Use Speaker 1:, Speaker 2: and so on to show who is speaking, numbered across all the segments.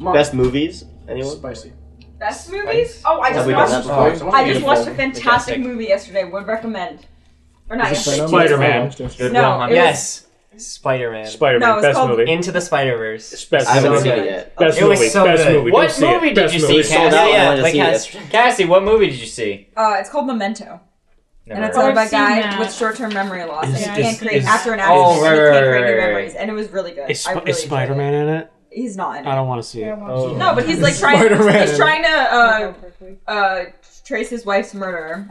Speaker 1: Best movies? Anyone?
Speaker 2: Spicy.
Speaker 3: Best movies? Oh, I
Speaker 1: Have
Speaker 3: just
Speaker 1: we done that
Speaker 3: watched.
Speaker 1: before?
Speaker 2: Oh, someone
Speaker 3: I
Speaker 2: did
Speaker 3: just
Speaker 2: it
Speaker 3: watched a
Speaker 2: before.
Speaker 3: fantastic
Speaker 4: Fantastic.
Speaker 3: movie yesterday. Would recommend. Or not
Speaker 2: Is it
Speaker 3: yesterday.
Speaker 2: Venom?
Speaker 5: Spider-Man.
Speaker 4: Good
Speaker 3: No,
Speaker 4: one, huh?
Speaker 3: it was-
Speaker 4: yes, Spider Man.
Speaker 5: Spider
Speaker 3: No,
Speaker 5: Man,
Speaker 3: it's
Speaker 5: best
Speaker 3: called-
Speaker 5: movie.
Speaker 4: Into the Spider Verse.
Speaker 5: Best
Speaker 1: I haven't
Speaker 5: movie.
Speaker 1: seen
Speaker 3: Okay.
Speaker 1: it yet.
Speaker 5: Best
Speaker 4: It was
Speaker 5: movie.
Speaker 4: so
Speaker 5: best
Speaker 4: good.
Speaker 5: movie.
Speaker 4: What
Speaker 5: Go see it.
Speaker 4: movie did
Speaker 5: Best
Speaker 4: you
Speaker 5: movie.
Speaker 4: see,
Speaker 1: It's sold
Speaker 4: Cassie?
Speaker 1: out. I
Speaker 4: Yeah,
Speaker 1: wanted to
Speaker 4: like
Speaker 1: see it
Speaker 4: Cass-
Speaker 1: yesterday.
Speaker 4: Cassie, what movie did you see?
Speaker 3: Uh, it's called Memento, and
Speaker 4: Never
Speaker 3: it's
Speaker 4: heard.
Speaker 3: all
Speaker 6: I've
Speaker 3: about a
Speaker 6: seen
Speaker 3: guy
Speaker 6: that.
Speaker 3: with short-term memory loss,
Speaker 5: Is-
Speaker 3: and he
Speaker 6: is-
Speaker 3: can't create
Speaker 5: is-
Speaker 3: after an
Speaker 4: oh,
Speaker 3: accident, and he
Speaker 4: right,
Speaker 3: can't
Speaker 4: right,
Speaker 3: create new
Speaker 4: right, right.
Speaker 3: memories, and it was really good.
Speaker 5: Is,
Speaker 3: I
Speaker 5: Sp-
Speaker 3: really
Speaker 5: is
Speaker 3: enjoyed
Speaker 5: Spider Man in it?
Speaker 3: it. He's not. In
Speaker 5: I
Speaker 3: it.
Speaker 5: don't want to see
Speaker 6: Yeah,
Speaker 5: it.
Speaker 6: I
Speaker 4: Oh.
Speaker 6: watched
Speaker 3: No, but he's like trying.
Speaker 5: Spider-Man.
Speaker 3: He's trying to uh,
Speaker 6: it.
Speaker 3: uh, trace his wife's murderer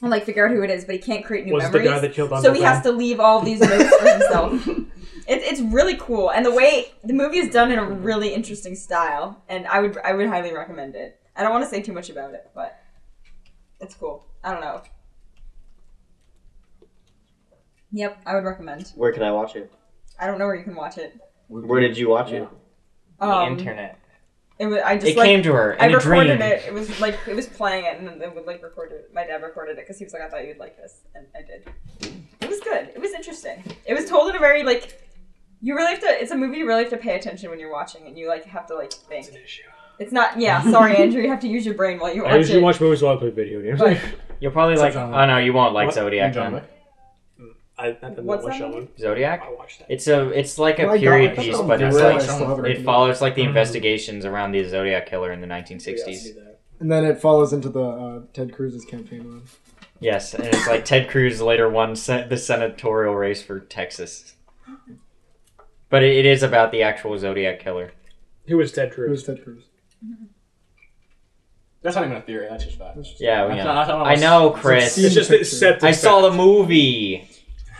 Speaker 3: and like figure out who it is, but he can't create new
Speaker 5: Was the
Speaker 3: memories.
Speaker 5: guy that killed
Speaker 3: so
Speaker 5: Uncle
Speaker 3: he
Speaker 5: Ben?
Speaker 3: has to leave all these notes for himself. It, it's really cool, and the way the movie is done in a really interesting style, and I would I would highly recommend it. I don't want to say too much about it, but it's cool. I don't know. Yep, I would recommend.
Speaker 1: Where can I watch it?
Speaker 3: I don't know where you can watch it.
Speaker 1: Where did you watch it?
Speaker 4: The
Speaker 3: Um,
Speaker 4: internet.
Speaker 3: It was, I just
Speaker 4: It
Speaker 3: like,
Speaker 4: came to her
Speaker 3: I
Speaker 4: in a dream.
Speaker 3: recorded it. It was like it was playing it, and then it would like record it. My dad recorded it because he was like, "I thought you'd like this," and I did. It was good. It was interesting. It was told in a very like you really have to. It's a movie you really have to pay attention when you're watching, and you like have to like think. It's not. Yeah, sorry, Andrew. You have to use your brain while you
Speaker 5: I
Speaker 3: watch
Speaker 5: usually
Speaker 3: it.
Speaker 5: watch movies while I play video games.
Speaker 3: But-
Speaker 4: You'll probably
Speaker 2: It's
Speaker 4: like.
Speaker 2: like
Speaker 4: Oh
Speaker 2: Zodiac.
Speaker 4: no, you won't like
Speaker 5: What?
Speaker 4: Zodiac.
Speaker 2: John
Speaker 4: Then.
Speaker 2: Wick.
Speaker 5: I, I didn't
Speaker 3: What's
Speaker 5: watch
Speaker 3: that
Speaker 5: that one.
Speaker 4: Zodiac.
Speaker 5: I watched that.
Speaker 4: It's a. It's like a
Speaker 2: My God,
Speaker 4: period
Speaker 2: that's
Speaker 4: piece,
Speaker 2: not
Speaker 4: but
Speaker 2: the
Speaker 4: it's
Speaker 2: real
Speaker 4: like
Speaker 2: life.
Speaker 4: it follows like the
Speaker 5: Mm.
Speaker 4: investigations around the Zodiac killer in the 1960s.
Speaker 2: And then it follows into the uh, Ted Cruz's campaign one.
Speaker 4: Yes, and it's like Ted Cruz later won sen- the senatorial race for Texas. But it, it is about the actual Zodiac killer.
Speaker 5: Who was Ted
Speaker 2: It
Speaker 5: Cruz?
Speaker 2: was Ted Cruz.
Speaker 7: That's not even a theory. That's just fact.
Speaker 2: That's just-
Speaker 4: Oh, Yeah, we
Speaker 7: That's
Speaker 4: know.
Speaker 7: not- that's not
Speaker 4: I know, Chris.
Speaker 2: It's
Speaker 5: It's just
Speaker 2: picture.
Speaker 5: it's set.
Speaker 4: I saw the movie.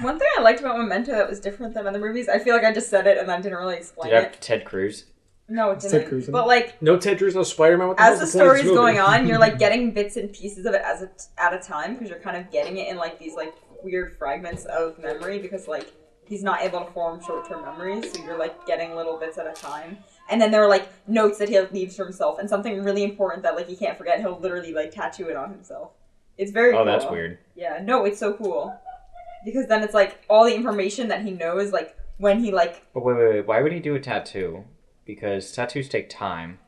Speaker 3: One thing I liked about Memento that was different than other movies, I feel like I just said it and I didn't really explain
Speaker 4: Did I
Speaker 3: it.
Speaker 4: have Ted Cruz?
Speaker 3: No, it
Speaker 2: Ted Cruz
Speaker 3: didn't.
Speaker 2: in
Speaker 3: But
Speaker 2: it.
Speaker 3: like.
Speaker 5: No Ted Cruz, no Spider Man.
Speaker 3: as the story's going on, you're like getting bits and pieces of it as a, at a time because you're kind of getting it in like these like weird fragments of memory because like he's not able to form short-term memories, so you're like getting little bits at a time. And then there are like notes that he leaves for himself and something really important that like he can't forget. He'll literally like tattoo it on himself. It's very
Speaker 4: Oh,
Speaker 3: cool.
Speaker 4: that's weird.
Speaker 3: Yeah, no, it's so cool because then it's like all the information that he knows like when he like
Speaker 4: But wait, wait, wait. Why would he do a tattoo? Because tattoos take time,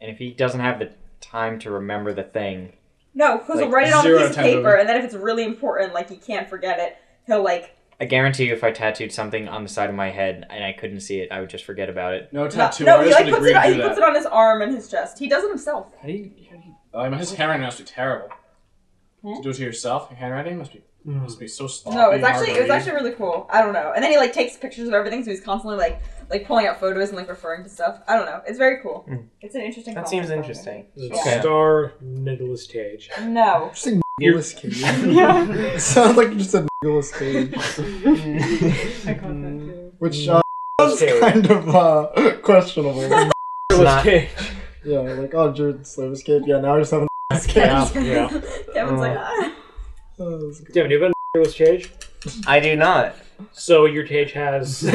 Speaker 4: and if he doesn't have the time to remember the thing,
Speaker 3: no because he'll
Speaker 4: Like,
Speaker 3: write it on a
Speaker 7: zero
Speaker 3: piece of
Speaker 7: time
Speaker 3: paper
Speaker 7: over.
Speaker 3: and then if it's really important like he can't forget it he'll like
Speaker 4: I guarantee you, if I tattooed something on the side of my head and I couldn't see it, I would just forget about it.
Speaker 7: No
Speaker 3: No,
Speaker 7: tattoo
Speaker 3: no, he
Speaker 7: artist
Speaker 3: like
Speaker 7: would
Speaker 3: puts
Speaker 7: agree
Speaker 3: it, on,
Speaker 7: to
Speaker 3: he
Speaker 7: do
Speaker 3: puts it
Speaker 7: that.
Speaker 3: on his arm and his chest. He does it himself.
Speaker 4: How do you?
Speaker 7: I mean, his handwriting must be terrible.
Speaker 3: Hmm?
Speaker 7: To do it to yourself, your handwriting must be
Speaker 5: Hmm.
Speaker 7: must be so sloppy.
Speaker 3: No, it's
Speaker 7: and hard
Speaker 3: actually
Speaker 7: to
Speaker 3: it was
Speaker 7: read.
Speaker 3: actually really cool. I don't know. And then he like takes pictures of everything, so he's constantly like like pulling out photos and like referring to stuff. I don't know. It's very cool.
Speaker 4: Hmm.
Speaker 3: It's an interesting.
Speaker 4: That
Speaker 3: concept,
Speaker 4: seems
Speaker 3: I think.
Speaker 4: interesting.
Speaker 3: Okay.
Speaker 5: Star Nicholas Cage.
Speaker 3: No.
Speaker 2: Just a
Speaker 5: You're-
Speaker 2: Nicholas Cage. Sounds like just a Nicholas Cage,
Speaker 6: I caught that too.
Speaker 2: which uh, was
Speaker 5: Cage.
Speaker 2: kind of uh, questionable.
Speaker 5: Nicolas
Speaker 4: not-
Speaker 5: Cage.
Speaker 2: yeah, like oh, Jared Slaver's Cage. Yeah, now I just have a Nicholas
Speaker 5: Yeah,
Speaker 2: Cage.
Speaker 5: yeah.
Speaker 3: Kevin's like,
Speaker 4: Uh,
Speaker 3: ah.
Speaker 2: Oh, that's good.
Speaker 5: Damn, do you have a Nicolas Cage?
Speaker 4: I do not.
Speaker 5: So your Cage has.
Speaker 2: Sir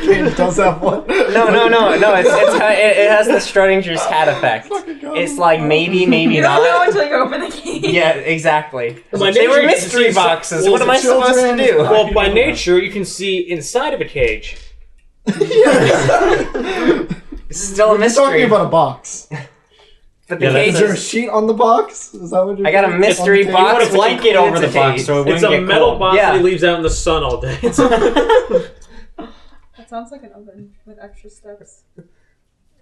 Speaker 2: Cage does have one.
Speaker 4: No, no, no, no. It's, it's it, it has the Schrodinger's cat effect. It's like maybe, maybe
Speaker 3: you don't know
Speaker 4: not.
Speaker 3: until you open the key.
Speaker 4: Yeah, exactly.
Speaker 5: My
Speaker 4: They were
Speaker 5: nature-
Speaker 4: mystery boxes. What am I supposed to do?
Speaker 5: Well, by nature, you can see inside of a cage.
Speaker 4: It's still a
Speaker 2: You're talking
Speaker 4: mystery.
Speaker 2: about a box.
Speaker 4: But the
Speaker 5: Yeah,
Speaker 4: cage
Speaker 2: Is there a
Speaker 4: is.
Speaker 2: sheet on the box? Is that what you're?
Speaker 4: I got a
Speaker 2: doing?
Speaker 4: mystery
Speaker 2: On the
Speaker 4: box
Speaker 2: table?
Speaker 5: put a
Speaker 4: blanket over the
Speaker 5: cage.
Speaker 4: box so it wouldn't
Speaker 5: It's a
Speaker 4: get
Speaker 5: metal
Speaker 4: cold.
Speaker 5: box that
Speaker 4: Yeah.
Speaker 5: he leaves out in the sun all day.
Speaker 3: That sounds like an oven with extra steps.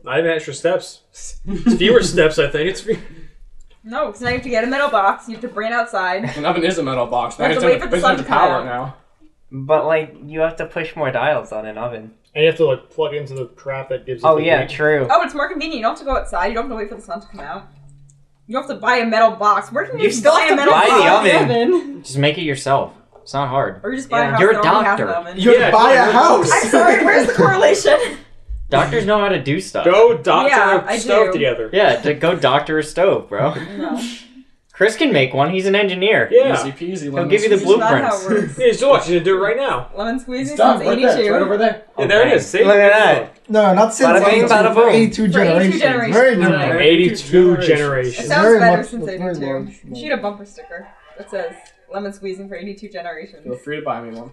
Speaker 5: Not even extra steps. It's fewer steps, I think. It's fe-
Speaker 3: No, because now you have to get a metal box. You have to bring it outside.
Speaker 7: An oven is a metal box. Now
Speaker 3: Have
Speaker 7: it's
Speaker 3: to wait
Speaker 7: under-
Speaker 3: for the
Speaker 7: it's
Speaker 3: sun
Speaker 7: under
Speaker 3: to come
Speaker 7: power
Speaker 3: out.
Speaker 7: now.
Speaker 4: But like, you have to push more dials on an oven.
Speaker 5: and you have to like plug into the trap that gives. it
Speaker 4: Oh
Speaker 5: the
Speaker 4: yeah,
Speaker 5: heat.
Speaker 4: true.
Speaker 3: Oh, it's more convenient. You don't have to go outside. You don't have to wait for the sun to come out. You don't have to buy a metal box. Where can you,
Speaker 4: You still
Speaker 3: buy
Speaker 4: have
Speaker 3: a
Speaker 4: to
Speaker 3: metal
Speaker 4: buy the
Speaker 3: box?
Speaker 4: oven. Just make it yourself. It's not hard.
Speaker 3: Or you just buy a
Speaker 4: Yeah.
Speaker 3: house.
Speaker 4: You're a
Speaker 3: that already has an
Speaker 4: doctor.
Speaker 3: oven.
Speaker 2: You
Speaker 5: Yeah,
Speaker 2: yeah, buy a
Speaker 5: it's
Speaker 2: house.
Speaker 3: I'm sorry, where's the correlation?
Speaker 4: Doctors know how to do stuff.
Speaker 5: Go doctor
Speaker 3: Yeah,
Speaker 5: a
Speaker 3: I
Speaker 5: stove
Speaker 3: do.
Speaker 5: together.
Speaker 4: Yeah, to go doctor a stove, bro.
Speaker 3: No.
Speaker 4: Chris can make one. He's an engineer.
Speaker 5: Yeah.
Speaker 7: Easy peasy.
Speaker 4: He'll
Speaker 7: lemon
Speaker 4: give you the
Speaker 3: That's
Speaker 7: squeezy.
Speaker 3: not how it
Speaker 4: blueprints.
Speaker 3: works.
Speaker 5: Yeah, so watch. You do it right now.
Speaker 3: Lemon squeezy
Speaker 7: It's done,
Speaker 3: since
Speaker 7: right there. It's
Speaker 3: 82.
Speaker 7: right over there.
Speaker 5: Yeah, there it
Speaker 4: Okay.
Speaker 5: is. See?
Speaker 4: Look at
Speaker 2: No, not since
Speaker 4: Bada bing,
Speaker 2: 82,
Speaker 4: bada
Speaker 2: for
Speaker 4: boom.
Speaker 3: For
Speaker 2: 82
Speaker 3: 82
Speaker 2: generations.
Speaker 3: generations.
Speaker 2: Very
Speaker 3: Yeah.
Speaker 2: different.
Speaker 5: 82
Speaker 7: generations.
Speaker 3: it
Speaker 5: generations.
Speaker 3: sounds
Speaker 2: very
Speaker 3: better
Speaker 2: much-
Speaker 3: since
Speaker 2: it's very
Speaker 3: 82.
Speaker 2: large.
Speaker 3: You should need a bumper sticker that says lemon squeezing for 82 generations.
Speaker 7: Feel free to buy me one.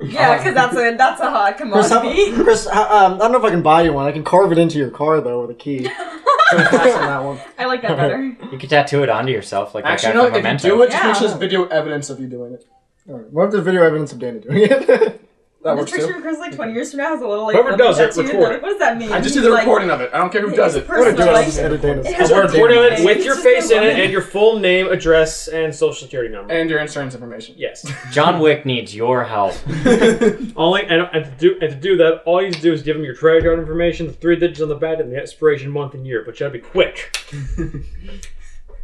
Speaker 3: Yeah, because that's a that's a hot
Speaker 2: Chris, how,
Speaker 3: commodity.
Speaker 2: Chris h- um, I don't know if I can buy you one. I can carve it into your car though with a key. Pass on that one.
Speaker 3: I like that better.
Speaker 4: You could tattoo it onto yourself, like
Speaker 7: Actually,
Speaker 4: that guy
Speaker 7: no.
Speaker 4: from
Speaker 7: If you
Speaker 4: Memento.
Speaker 7: do it, just
Speaker 3: Yeah.
Speaker 7: make sure there's video evidence of you doing it.
Speaker 2: All right. What if there's video evidence of Dana doing it?
Speaker 7: That
Speaker 3: This
Speaker 7: works
Speaker 3: picture
Speaker 7: too.
Speaker 3: of Chris like 20 years from now has a little like.
Speaker 5: Whoever
Speaker 3: thumbs
Speaker 5: does it,
Speaker 3: tattoo,
Speaker 5: record
Speaker 3: like,
Speaker 5: it.
Speaker 3: What does that mean?
Speaker 7: I just do
Speaker 3: He's
Speaker 7: the
Speaker 3: like-
Speaker 7: recording of it. I don't care who
Speaker 3: It's
Speaker 7: does it.
Speaker 2: What
Speaker 3: personal,
Speaker 2: a
Speaker 3: like-
Speaker 2: joke. Just edit Dana's.
Speaker 3: It has a
Speaker 5: We're recording
Speaker 3: recording
Speaker 5: it
Speaker 3: thing.
Speaker 5: with
Speaker 3: It's
Speaker 5: your
Speaker 3: just a
Speaker 5: face in it
Speaker 3: lemon.
Speaker 5: and your full name, address, and social security number.
Speaker 7: And your insurance information.
Speaker 5: Yes.
Speaker 4: John Wick needs your help.
Speaker 5: Only and, and to do and to do that, all you need to do is give them your credit card information, the three digits on the back, and the expiration month and year. But you gotta be quick.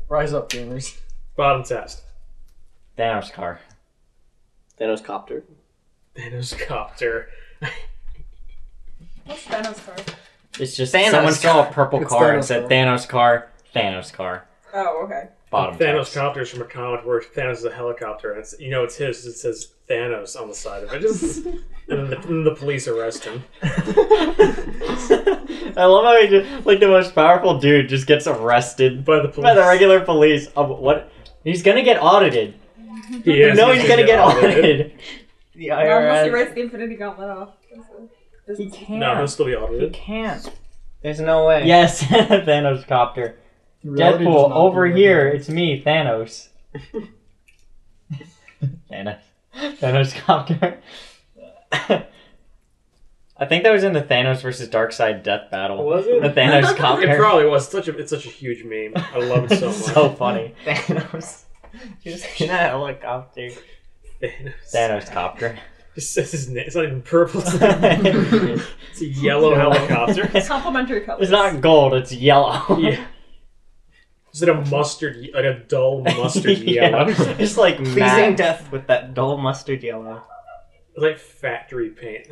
Speaker 7: Rise up, gamers.
Speaker 5: Bottom test.
Speaker 4: Thanos car.
Speaker 1: Thanos copter.
Speaker 5: Thanos copter.
Speaker 3: What's Thanos card?
Speaker 4: It's just
Speaker 7: Thanos
Speaker 4: someone saw
Speaker 7: car.
Speaker 4: a purple
Speaker 2: It's
Speaker 4: car and
Speaker 2: Thanos
Speaker 4: said
Speaker 2: car.
Speaker 4: Thanos car, Thanos car.
Speaker 3: Oh, okay.
Speaker 4: Bottom
Speaker 5: Thanos
Speaker 4: Thanos
Speaker 5: copter is from a comic where Thanos is a helicopter, and it's, you know it's his. It says Thanos on the side of it. Just, and then the, and the police arrest him.
Speaker 4: I love how he just like the most powerful dude just gets arrested
Speaker 5: By the police.
Speaker 4: by the regular police. Of what? He's gonna get audited.
Speaker 5: He is,
Speaker 4: no, he's gonna get audited. The
Speaker 3: Now, Unless he
Speaker 4: IRS.
Speaker 3: writes the Infinity Gauntlet off. This
Speaker 4: He
Speaker 3: is-
Speaker 4: can't.
Speaker 5: No, he'll still be
Speaker 4: he
Speaker 5: audited.
Speaker 4: can't.
Speaker 8: There's no way.
Speaker 4: Yes, Thanos copter.
Speaker 2: Reality does
Speaker 4: Deadpool,
Speaker 2: not
Speaker 4: over
Speaker 2: do
Speaker 4: here,
Speaker 2: that.
Speaker 4: it's me, Thanos. Thanos. Thanos copter. I think that was in the Thanos versus Darkseid death battle.
Speaker 5: Was it?
Speaker 4: The Thanos
Speaker 5: It
Speaker 4: copter.
Speaker 5: probably was. Such a, it's such a huge meme. I love it so much.
Speaker 4: so funny.
Speaker 8: Thanos. Just in a helicopter.
Speaker 5: Thanos.
Speaker 4: Thanos copter.
Speaker 5: It says his name. It's not even purple. It's,
Speaker 4: it's
Speaker 5: a yellow helicopter.
Speaker 3: Complimentary colors.
Speaker 4: not gold, it's yellow.
Speaker 5: Yeah. Is it a mustard, ye- like a dull mustard
Speaker 4: Yeah.
Speaker 5: yellow?
Speaker 4: It's like
Speaker 8: Pleasing
Speaker 4: matte.
Speaker 8: death with that dull mustard yellow.
Speaker 5: like factory paint.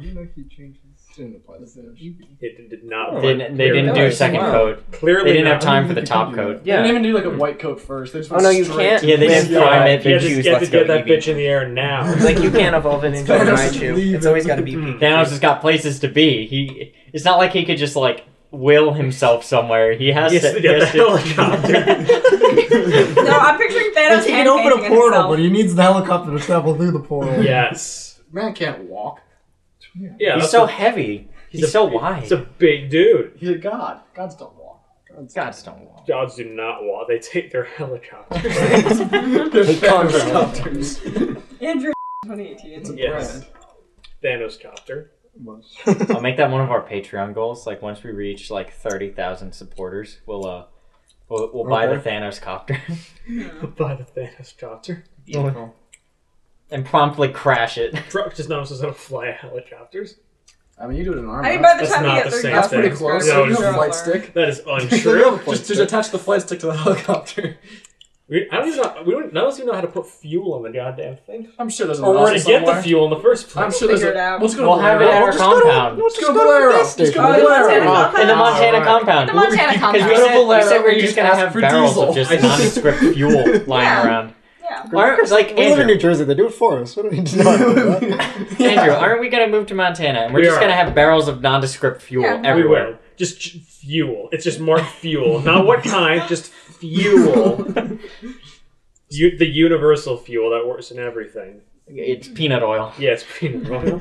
Speaker 7: You know he changes. Didn't apply this image.
Speaker 5: It did, did not. work.
Speaker 4: Didn't, Oh, they
Speaker 5: Clearly.
Speaker 4: didn't do
Speaker 7: Clearly.
Speaker 4: a second
Speaker 7: Wow.
Speaker 4: coat.
Speaker 5: Clearly,
Speaker 4: They didn't
Speaker 5: not.
Speaker 4: have time for the
Speaker 2: They
Speaker 4: top
Speaker 2: could do
Speaker 4: coat.
Speaker 7: They didn't
Speaker 8: Yeah.
Speaker 7: even do like a white coat first. They just
Speaker 8: Oh,
Speaker 7: went
Speaker 8: no, you
Speaker 7: straight
Speaker 8: can't.
Speaker 7: to-
Speaker 4: Yeah, they just
Speaker 8: Yeah.
Speaker 4: prime it.
Speaker 5: You
Speaker 4: They
Speaker 5: have to,
Speaker 8: Choose,
Speaker 5: you have to
Speaker 8: let's go,
Speaker 5: get
Speaker 4: E
Speaker 5: that
Speaker 8: Eevee.
Speaker 5: bitch in the air now.
Speaker 8: Like you can't evolve it into a
Speaker 7: Thanos is
Speaker 8: Raichu.
Speaker 7: leaving.
Speaker 8: It's always got to be.
Speaker 5: Mm.
Speaker 4: Thanos has got places to be. He it's not like he could just like will himself somewhere. He has
Speaker 5: Yes,
Speaker 4: to.
Speaker 5: yeah,
Speaker 4: he has
Speaker 5: the
Speaker 4: to-
Speaker 3: No, I'm picturing Thanos.
Speaker 2: Like, he
Speaker 3: hand
Speaker 2: can open a
Speaker 3: painting
Speaker 2: portal,
Speaker 3: himself.
Speaker 2: but he needs the helicopter to travel through the portal.
Speaker 5: yes.
Speaker 7: Man can't walk.
Speaker 5: Yeah.
Speaker 4: he's
Speaker 5: that's
Speaker 4: so
Speaker 5: a-
Speaker 4: heavy. He's, so wide.
Speaker 5: He's a big dude.
Speaker 7: He's a god. Gods don't walk.
Speaker 4: God, Stonewall.
Speaker 5: Gods do not walk. They take their helicopters.
Speaker 7: They're helicopters.
Speaker 3: Andrew 2018.
Speaker 5: yes. Thanos copter.
Speaker 4: I'll make that one of our Patreon goals. Like once we reach like thirty thousand supporters, we'll uh we'll, we'll buy the Thanos copter
Speaker 5: By the Thanos copter.
Speaker 8: Beautiful.
Speaker 4: and promptly crash it.
Speaker 5: Truck just knows how to fly helicopters.
Speaker 7: I mean, you do it in armor.
Speaker 3: I mean, by the
Speaker 5: That's
Speaker 3: time you
Speaker 5: not
Speaker 3: get
Speaker 5: the
Speaker 3: thirty,
Speaker 5: same
Speaker 7: that's
Speaker 5: thing.
Speaker 7: pretty close.
Speaker 5: No,
Speaker 7: you
Speaker 5: it's
Speaker 7: have a
Speaker 5: not.
Speaker 7: flight stick.
Speaker 5: That is
Speaker 7: You have a
Speaker 5: untrue.
Speaker 7: flight stick. attach the flight stick to the helicopter.
Speaker 5: We, I don't even know. We don't. None of us even know how to put fuel on the goddamn thing.
Speaker 7: I'm sure there's a
Speaker 5: Or where
Speaker 7: nozzle
Speaker 5: to get the
Speaker 7: somewhere.
Speaker 5: fuel in the first place.
Speaker 7: I'm sure there's
Speaker 3: Figure it
Speaker 7: a.
Speaker 3: out.
Speaker 7: Let's go to
Speaker 4: We'll have it at
Speaker 7: Valero.
Speaker 4: our compound.
Speaker 7: Let's go to Valero.
Speaker 2: gas
Speaker 7: Let's go to
Speaker 2: station.
Speaker 3: Oh, the Montana
Speaker 7: Valero.
Speaker 3: compound.
Speaker 4: In the Montana compound.
Speaker 3: The
Speaker 5: Alright.
Speaker 3: Montana
Speaker 4: Because we
Speaker 3: compound.
Speaker 4: said, we
Speaker 7: Valero,
Speaker 4: said we
Speaker 7: we
Speaker 4: we're just
Speaker 7: just
Speaker 4: gonna
Speaker 7: ask
Speaker 4: have
Speaker 7: for
Speaker 4: barrels of
Speaker 7: diesel.
Speaker 4: just
Speaker 5: I just-
Speaker 4: nondescript fuel lying
Speaker 3: Yeah.
Speaker 4: around.
Speaker 3: Yeah.
Speaker 4: Why aren't- like
Speaker 2: we live in
Speaker 4: Andrew,
Speaker 2: New Jersey. They do it for us. What do we do?
Speaker 7: Yeah.
Speaker 4: Andrew, aren't we gonna move to Montana and we're
Speaker 5: We
Speaker 4: just
Speaker 5: are.
Speaker 4: gonna have barrels of nondescript fuel
Speaker 3: Yeah. We
Speaker 5: We
Speaker 4: everywhere?
Speaker 5: will. Just ch- fuel. It's just marked fuel. Not what kind, just fuel. U- the universal fuel that works in everything.
Speaker 4: It's peanut oil.
Speaker 5: Yeah, it's peanut oil.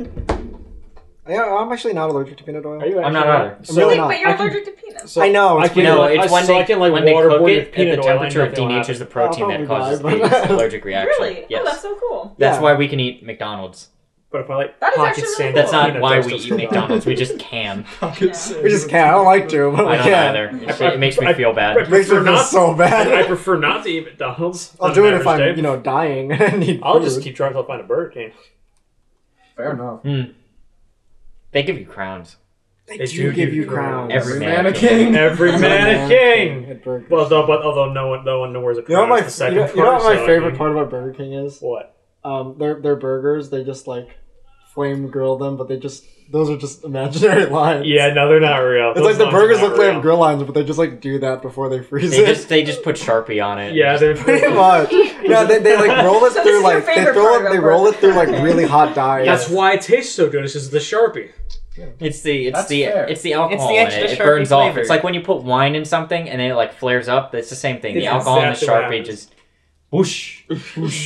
Speaker 2: Yeah, I'm actually not allergic to peanut oil.
Speaker 5: you
Speaker 4: I'm not either.
Speaker 2: I'm really
Speaker 5: So,
Speaker 3: Really?
Speaker 2: not.
Speaker 3: But you're
Speaker 5: I can-
Speaker 3: allergic to peanuts.
Speaker 5: so
Speaker 2: I know.
Speaker 5: I
Speaker 2: It's
Speaker 5: can,
Speaker 2: weird.
Speaker 4: No, it's
Speaker 5: I-
Speaker 4: when
Speaker 5: so
Speaker 4: they,
Speaker 5: I can, like,
Speaker 4: when they
Speaker 5: waterboard
Speaker 4: cook
Speaker 5: with
Speaker 4: it at
Speaker 5: peanut
Speaker 4: the
Speaker 5: oil,
Speaker 4: temperature of
Speaker 5: nothing will
Speaker 4: denatures the
Speaker 2: I'll
Speaker 4: protein
Speaker 2: probably
Speaker 4: that causes
Speaker 2: die,
Speaker 4: the
Speaker 2: but-
Speaker 4: allergic reaction.
Speaker 3: Really? Oh, that's
Speaker 4: Yes.
Speaker 3: so cool.
Speaker 4: That's
Speaker 2: Yeah.
Speaker 4: why we can eat McDonald's.
Speaker 5: But if I like
Speaker 3: That is
Speaker 5: pocket
Speaker 3: actually really
Speaker 5: sand,
Speaker 3: cool.
Speaker 4: That's not
Speaker 5: peanut
Speaker 4: why
Speaker 5: oil
Speaker 4: we
Speaker 5: still
Speaker 4: eat
Speaker 5: survives.
Speaker 4: McDonald's. We just can.
Speaker 2: We just can't. I don't like to, but we
Speaker 4: I don't
Speaker 2: can.
Speaker 4: either. It, it makes me feel
Speaker 5: I
Speaker 4: bad.
Speaker 2: Makes me
Speaker 5: prefer
Speaker 2: feel
Speaker 5: not.
Speaker 2: so
Speaker 5: I
Speaker 2: bad.
Speaker 5: prefer not to eat McDonald's.
Speaker 2: I'll
Speaker 5: on
Speaker 2: do
Speaker 5: an
Speaker 2: it if
Speaker 5: average
Speaker 2: I'm,
Speaker 5: day.
Speaker 2: you know, dying. I need
Speaker 5: I'll
Speaker 2: food.
Speaker 5: just keep trying until I find a Burger King.
Speaker 7: Fair enough.
Speaker 4: They give you crowns.
Speaker 2: They
Speaker 5: They
Speaker 2: do give you crowns.
Speaker 4: Every man a
Speaker 7: mannequin.
Speaker 5: Every man a king.
Speaker 2: At Burger
Speaker 5: Well, though, but although no one, no one knows a
Speaker 2: You know
Speaker 5: crown.
Speaker 2: what my,
Speaker 5: is the second
Speaker 2: you know,
Speaker 5: part,
Speaker 2: you know what my
Speaker 5: so I
Speaker 2: favorite
Speaker 5: mean,
Speaker 2: part about Burger King is?
Speaker 5: What?
Speaker 2: Um, their their burgers, they just like flame grill them, but they just those are just imaginary lines.
Speaker 5: Yeah, no, they're not real.
Speaker 2: it's like the burgers look like they have grill lines, but they just like do that before they freeze
Speaker 4: They
Speaker 2: it.
Speaker 4: just they just put Sharpie on it.
Speaker 5: Yeah, they're
Speaker 2: Pretty much. No, they, they like roll it
Speaker 3: So this
Speaker 2: through
Speaker 3: is your
Speaker 2: like they
Speaker 3: favorite
Speaker 2: throw
Speaker 3: part
Speaker 2: it they
Speaker 3: about
Speaker 2: roll it
Speaker 3: Burger
Speaker 2: through like
Speaker 3: King.
Speaker 2: really hot dye.
Speaker 5: That's why it tastes so good. It's just the sharpie.
Speaker 4: It's the it's
Speaker 7: That's
Speaker 4: the
Speaker 7: fair.
Speaker 4: it's the
Speaker 8: It's
Speaker 4: alcohol
Speaker 8: the
Speaker 4: in
Speaker 8: extra
Speaker 4: it. It
Speaker 8: Sharpie
Speaker 4: burns off.
Speaker 8: flavor.
Speaker 4: It's like when you put wine in something and then it like flares up. It's the same thing. The
Speaker 5: It's
Speaker 4: alcohol and the
Speaker 5: exactly what
Speaker 4: sharpie
Speaker 5: happens.
Speaker 4: just Whoosh.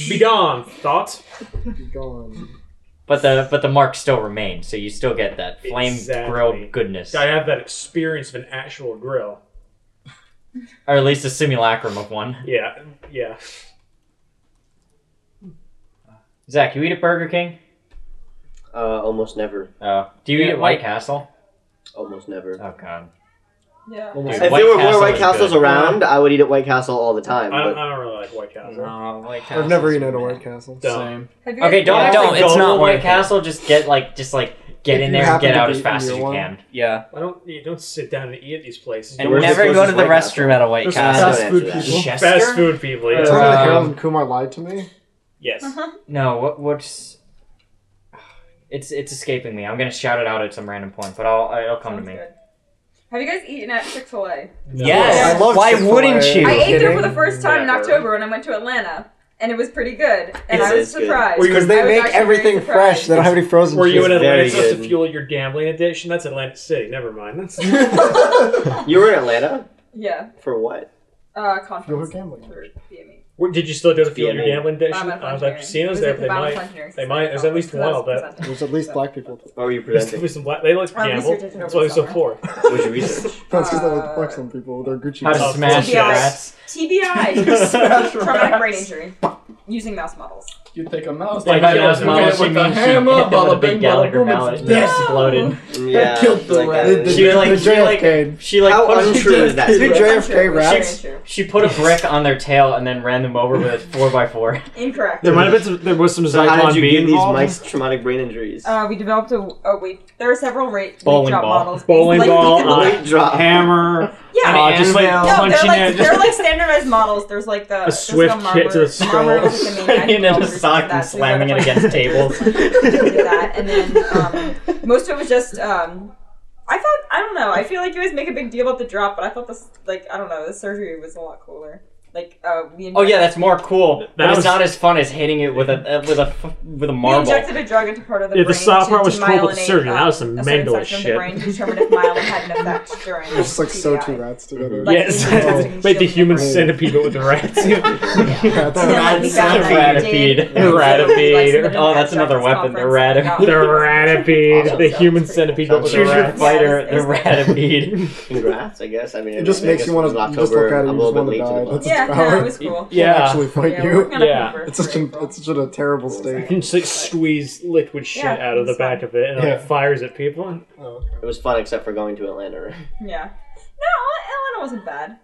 Speaker 5: Be gone, thought.
Speaker 2: Be gone.
Speaker 4: But the but the mark still remains, so you still get that flame
Speaker 5: Exactly.
Speaker 4: grilled goodness,
Speaker 5: I have that experience of an actual grill.
Speaker 4: or at least a simulacrum of one.
Speaker 5: Yeah, yeah.
Speaker 4: Zach, you eat at Burger King?
Speaker 1: Uh, almost never.
Speaker 4: Oh, do you
Speaker 8: Yeah,
Speaker 4: eat at White Castle?
Speaker 1: Almost never.
Speaker 4: Oh God,
Speaker 3: Yeah.
Speaker 5: Oh
Speaker 2: Almost.
Speaker 4: Dude,
Speaker 1: if
Speaker 4: White
Speaker 1: there were
Speaker 4: Castle
Speaker 1: more White
Speaker 4: is
Speaker 1: Castles
Speaker 4: good.
Speaker 1: around, I would eat at White Castle all the
Speaker 5: I
Speaker 1: time.
Speaker 5: don't,
Speaker 1: But
Speaker 5: I don't really like White Castle.
Speaker 4: no, White Castle.
Speaker 2: I've never eaten at a White Castle.
Speaker 5: Don't.
Speaker 7: Same.
Speaker 6: Have you
Speaker 4: Okay,
Speaker 6: guys-
Speaker 4: don't
Speaker 8: Yeah.
Speaker 4: don't.
Speaker 8: Don't,
Speaker 4: It's
Speaker 8: it's
Speaker 4: not
Speaker 8: not
Speaker 4: White
Speaker 8: worth it.
Speaker 4: Castle. Just get like just like get
Speaker 2: If
Speaker 4: in
Speaker 2: you
Speaker 4: there and
Speaker 2: happen
Speaker 4: get
Speaker 2: to
Speaker 4: out
Speaker 2: be
Speaker 4: as fast
Speaker 2: in
Speaker 4: as
Speaker 2: your
Speaker 4: you
Speaker 2: one.
Speaker 4: can,
Speaker 8: Yeah.
Speaker 5: I don't. You don't sit down and eat at these places.
Speaker 8: And
Speaker 1: Where's the
Speaker 8: never go to
Speaker 1: closest
Speaker 8: the
Speaker 1: White Castle?
Speaker 8: restroom at a White
Speaker 2: There's
Speaker 8: Castle.
Speaker 2: fast
Speaker 1: don't
Speaker 2: food
Speaker 1: answer that.
Speaker 2: people.
Speaker 4: Chester?
Speaker 5: Fast food people.
Speaker 2: It's
Speaker 5: Yes.
Speaker 2: only that
Speaker 4: Um,
Speaker 2: Harold and Kumar lied to me.
Speaker 3: Uh-huh.
Speaker 5: yes.
Speaker 4: No, what what's it's it's escaping me. I'm gonna shout it out at some random point, but I'll it'll come
Speaker 3: Sounds
Speaker 4: to me.
Speaker 3: good. Have you guys eaten at Chick Fil A?
Speaker 8: Yes.
Speaker 2: I love
Speaker 8: Why
Speaker 2: Chick-fil-A.
Speaker 8: wouldn't you?
Speaker 3: I ate there for
Speaker 2: kidding?
Speaker 3: the first time in
Speaker 5: Never.
Speaker 3: October when I went to Atlanta, and it was pretty good. And
Speaker 1: It
Speaker 3: I was
Speaker 1: is good.
Speaker 3: surprised.
Speaker 5: Were you-
Speaker 2: Because
Speaker 3: I
Speaker 2: they
Speaker 3: was
Speaker 2: make
Speaker 3: actually
Speaker 2: everything
Speaker 3: very surprised.
Speaker 2: fresh. They don't have any frozen.
Speaker 5: Were you in
Speaker 2: shit.
Speaker 1: It's
Speaker 5: Atlanta
Speaker 1: very
Speaker 5: supposed to
Speaker 1: good.
Speaker 5: fuel your gambling addiction? That's Atlantic City. Never mind. That's
Speaker 1: you were in Atlanta
Speaker 3: Yeah,
Speaker 1: for what?
Speaker 3: uh,
Speaker 2: You were
Speaker 3: conference.
Speaker 2: gambling.
Speaker 3: for BME.
Speaker 5: What, did you still go to fuel your
Speaker 1: Theater.
Speaker 5: gambling addiction?
Speaker 3: Biomedical
Speaker 5: I was
Speaker 3: engineering.
Speaker 5: like,
Speaker 3: It
Speaker 5: casinos
Speaker 3: was
Speaker 5: there.
Speaker 3: at the
Speaker 5: They
Speaker 3: biomedical
Speaker 5: might.
Speaker 3: engineering
Speaker 5: they
Speaker 3: society
Speaker 5: might. There's at least
Speaker 3: conference.
Speaker 5: one, I'll bet.
Speaker 3: Presenting.
Speaker 2: There's at least
Speaker 3: So-
Speaker 2: black people.
Speaker 1: What were you
Speaker 5: There's
Speaker 1: presenting?
Speaker 5: there's some black. They like to
Speaker 3: Our
Speaker 5: gamble.
Speaker 3: research is
Speaker 5: That's why they're so
Speaker 3: over.
Speaker 5: poor.
Speaker 1: what was your research?
Speaker 2: That's because they
Speaker 3: Uh,
Speaker 2: like flex on people. They're Gucci.
Speaker 4: How to
Speaker 5: Oh,
Speaker 2: guys.
Speaker 4: smash
Speaker 3: TBI.
Speaker 4: rats?
Speaker 3: TBI, traumatic brain injury, using mouse models.
Speaker 7: You take a mouse.
Speaker 4: By
Speaker 7: like
Speaker 5: Like,
Speaker 4: mouse
Speaker 5: yeah,
Speaker 4: model,
Speaker 5: with
Speaker 4: she
Speaker 7: the
Speaker 4: means she hit them
Speaker 7: hammer,
Speaker 4: with a big
Speaker 7: bada bing, bada
Speaker 4: Gallagher
Speaker 7: boom,
Speaker 4: mallet and
Speaker 7: it's
Speaker 4: they
Speaker 7: dead.
Speaker 4: exploded.
Speaker 1: Yeah,
Speaker 7: killed the
Speaker 1: like,
Speaker 7: rat.
Speaker 1: uh,
Speaker 2: The-
Speaker 4: She like she
Speaker 2: JFK.
Speaker 4: like she like
Speaker 1: How
Speaker 4: put,
Speaker 1: untrue is that?
Speaker 2: Two JFK
Speaker 3: Untrue,
Speaker 2: raps.
Speaker 3: very
Speaker 4: she put a brick on their tail and then ran them over with a four by four.
Speaker 3: true. Incorrect.
Speaker 5: There might have been some, there was some
Speaker 1: So how
Speaker 5: Zyklon
Speaker 1: did you
Speaker 5: B
Speaker 1: get these
Speaker 5: involved.
Speaker 1: mice traumatic brain injuries?
Speaker 3: Uh, we developed a. Oh wait, there are several rate
Speaker 4: Bowling
Speaker 3: drop
Speaker 4: ball.
Speaker 3: models.
Speaker 5: Bowling
Speaker 3: like,
Speaker 5: ball,
Speaker 3: You can,
Speaker 5: uh,
Speaker 1: Weight drop.
Speaker 5: Hammer.
Speaker 3: yeah.
Speaker 5: uh, just like
Speaker 8: anvil.
Speaker 3: no, they're
Speaker 5: punching
Speaker 3: like
Speaker 5: it.
Speaker 3: they're like standardized models. There's like the
Speaker 5: A swift hit to the skull.
Speaker 4: and then just sock and slamming it against tables.
Speaker 3: did that, and then um, most of it was just. Um, I thought I don't know. I feel like you guys make a big deal about the drop, but I thought this like I don't know. The surgery was a lot cooler. Like uh, we.
Speaker 4: Oh yeah,
Speaker 3: injected-
Speaker 4: that's more cool. but
Speaker 5: was-
Speaker 4: it's not as fun as hitting it with a uh, with a f- with a
Speaker 3: We
Speaker 4: marble.
Speaker 3: injected a drug into part of the
Speaker 5: Yeah, the
Speaker 3: brain.
Speaker 5: soft part
Speaker 3: to
Speaker 5: was cool, but the
Speaker 3: demyelinate,
Speaker 5: surgery, that
Speaker 3: um,
Speaker 5: was some
Speaker 3: a certain
Speaker 5: Mendel
Speaker 3: section of the
Speaker 5: shit.
Speaker 3: brain to determine if myelin had an effect during.
Speaker 2: It's just like so two
Speaker 3: TBI.
Speaker 2: rats together.
Speaker 1: Mhm.
Speaker 3: Like,
Speaker 5: yes.
Speaker 3: we injected
Speaker 5: Make the
Speaker 3: shield in
Speaker 5: human
Speaker 3: the brain.
Speaker 5: centipede but with the rats. Mm-hmm.
Speaker 2: Rats.
Speaker 3: And then, like, we found
Speaker 4: Ratipede.
Speaker 3: that they did-
Speaker 4: Ratipede.
Speaker 3: Like,
Speaker 4: Oh, that's another weapon, the ratipede.
Speaker 5: The ratipede. The
Speaker 3: Awesome.
Speaker 5: human centipede but with
Speaker 4: Choose
Speaker 5: the
Speaker 1: Sounds
Speaker 4: your
Speaker 5: rats.
Speaker 4: fighter,
Speaker 3: Yeah, it
Speaker 4: the
Speaker 3: was-
Speaker 4: ratipede.
Speaker 1: Congrats, I guess. I mean,
Speaker 2: It just
Speaker 1: I
Speaker 2: makes
Speaker 1: guess
Speaker 2: you wanna
Speaker 1: it was in
Speaker 2: just look
Speaker 1: October,
Speaker 2: at it
Speaker 1: I'm
Speaker 2: and
Speaker 1: a little
Speaker 2: just
Speaker 1: bit
Speaker 2: wanna
Speaker 1: late
Speaker 2: die.
Speaker 1: to the
Speaker 2: That's-
Speaker 3: Yeah, no, it was cool.
Speaker 5: Yeah.
Speaker 2: Actually, fight
Speaker 3: Yeah, we're
Speaker 2: you.
Speaker 3: working on a
Speaker 5: Yeah.
Speaker 3: paper
Speaker 2: It's
Speaker 3: for
Speaker 2: such an
Speaker 3: April.
Speaker 2: it's such a terrible
Speaker 5: You
Speaker 2: state.
Speaker 5: can just like squeeze liquid shit
Speaker 3: Yeah,
Speaker 5: out of the
Speaker 3: it's fine.
Speaker 5: back of it and
Speaker 2: Yeah.
Speaker 5: it fires at people.
Speaker 2: Oh, okay.
Speaker 1: It was fun except for going to Atlanta. right?
Speaker 3: Yeah. No, Atlanta wasn't bad.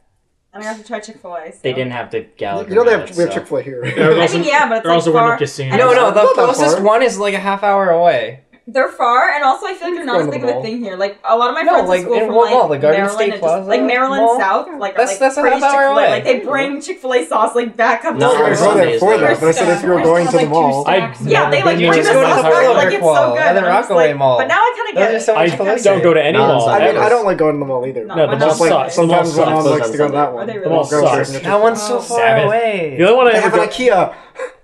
Speaker 3: And I got to try Chick Fil A. So.
Speaker 4: They didn't have to Gallagher.
Speaker 2: You know they have,
Speaker 4: mallets,
Speaker 2: we have
Speaker 4: so.
Speaker 2: Chick Fil A here.
Speaker 5: They're
Speaker 3: I
Speaker 5: also-
Speaker 3: think yeah, but it's
Speaker 5: They're
Speaker 3: like
Speaker 5: also
Speaker 3: far.
Speaker 5: running casinos.
Speaker 8: No, no, the
Speaker 2: Not that
Speaker 8: closest
Speaker 2: far.
Speaker 8: one is like a half hour away.
Speaker 3: They're far, and also I feel like they're not as
Speaker 2: Going to
Speaker 3: big
Speaker 2: the
Speaker 3: of a
Speaker 2: mall.
Speaker 3: thing here. Like a lot of my
Speaker 8: No,
Speaker 3: friends
Speaker 8: like,
Speaker 3: in school
Speaker 8: in
Speaker 3: from
Speaker 8: what
Speaker 3: like
Speaker 8: mall? The Garden
Speaker 3: Maryland,
Speaker 8: State
Speaker 3: and just, like
Speaker 8: Plaza
Speaker 3: Maryland
Speaker 8: Mall?
Speaker 3: South, like
Speaker 8: That's-
Speaker 3: like
Speaker 8: that's a
Speaker 3: praise
Speaker 8: half hour
Speaker 3: Chick-fil-A.
Speaker 8: away.
Speaker 3: Like they bring Chick Fil A sauce like back up.
Speaker 1: No,
Speaker 3: to
Speaker 2: I
Speaker 3: the
Speaker 1: Our
Speaker 2: go
Speaker 1: Sunday
Speaker 2: there
Speaker 1: is
Speaker 2: for
Speaker 1: there.
Speaker 2: that, but I said if you were
Speaker 8: Our
Speaker 2: going to
Speaker 8: Sunday
Speaker 2: the
Speaker 8: is like
Speaker 2: mall,
Speaker 8: Tuesday.
Speaker 5: I-
Speaker 3: Yeah, they like
Speaker 8: Then you
Speaker 3: bring
Speaker 8: just
Speaker 3: the
Speaker 8: go to
Speaker 3: sauce
Speaker 8: the
Speaker 3: back
Speaker 8: Harlem
Speaker 3: like it's
Speaker 8: Brick
Speaker 3: so
Speaker 8: Wall, or the
Speaker 3: good. and I'm just
Speaker 8: Rockaway
Speaker 3: like,
Speaker 8: Mall.
Speaker 3: But now I kind of
Speaker 8: Those
Speaker 3: get
Speaker 8: are
Speaker 3: it.
Speaker 8: so
Speaker 5: I
Speaker 8: much closer.
Speaker 5: don't go to any
Speaker 1: No,
Speaker 5: mall.
Speaker 1: it's-
Speaker 2: I mean
Speaker 5: ever.
Speaker 2: I don't like going to the mall either.
Speaker 3: No,
Speaker 5: No, the
Speaker 3: but
Speaker 5: mall
Speaker 2: Just
Speaker 3: not-
Speaker 2: like
Speaker 5: sucks. The mall
Speaker 2: sometimes my mom
Speaker 5: sucks.
Speaker 2: likes to go to that
Speaker 1: Are
Speaker 2: one.
Speaker 3: they
Speaker 2: The
Speaker 3: really?
Speaker 2: mall
Speaker 5: The mall
Speaker 2: grocery
Speaker 5: sucks.
Speaker 2: store.
Speaker 8: That one's so
Speaker 3: Oh.
Speaker 8: far
Speaker 5: Sabbath.
Speaker 8: away.
Speaker 5: The only one I
Speaker 2: They
Speaker 5: ever
Speaker 2: have an
Speaker 5: go,
Speaker 2: IKEA.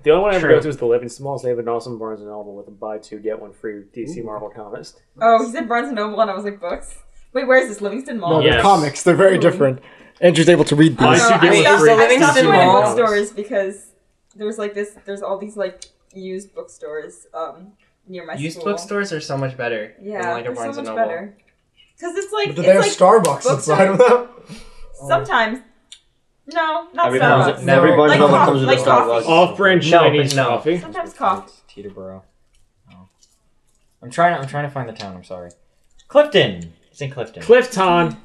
Speaker 5: the only one I ever
Speaker 4: True.
Speaker 5: go to is the Living Smalls. They have an awesome Barnes and Noble with a buy two get one free DC Marvel comics.
Speaker 3: Oh, he said Barnes and Noble, and I was like books. Wait, where is this Livingston Mall?
Speaker 2: No,
Speaker 5: Yeah.
Speaker 2: they're
Speaker 5: Yes.
Speaker 2: uh, comics. They're very different. Andrew's able to read
Speaker 5: I
Speaker 3: I
Speaker 2: these.
Speaker 5: see
Speaker 3: don't know, I
Speaker 5: they were
Speaker 3: stopped,
Speaker 5: free.
Speaker 3: I stopped
Speaker 8: Livingston
Speaker 3: going to
Speaker 8: Mall.
Speaker 3: bookstores because there's like this. There's all these like used bookstores um near my
Speaker 8: Used
Speaker 3: school.
Speaker 8: bookstores are so much better
Speaker 3: Yeah,
Speaker 8: than like a
Speaker 3: they're
Speaker 8: Barnes
Speaker 3: so
Speaker 8: and
Speaker 3: much
Speaker 8: Noble.
Speaker 3: better. Because it's like
Speaker 2: But
Speaker 3: it's
Speaker 2: do they have
Speaker 3: like
Speaker 2: Starbucks
Speaker 3: bookstores.
Speaker 2: inside of them?
Speaker 3: sometimes. No, not
Speaker 1: Every
Speaker 8: Barnes-
Speaker 3: Starbucks.
Speaker 1: Barnes, every
Speaker 8: No.
Speaker 1: Barnes
Speaker 3: Like
Speaker 1: Noble
Speaker 3: coffee-
Speaker 1: comes with
Speaker 3: like
Speaker 1: a Starbucks.
Speaker 3: coffee.
Speaker 5: Off-brand
Speaker 8: No, but
Speaker 5: Chinese
Speaker 8: no.
Speaker 5: coffee.
Speaker 3: Sometimes coffee.
Speaker 4: Teterboro. Oh. I'm trying. I'm trying to find the town. I'm sorry. Clifton. It's in Clifton.
Speaker 5: Clifton.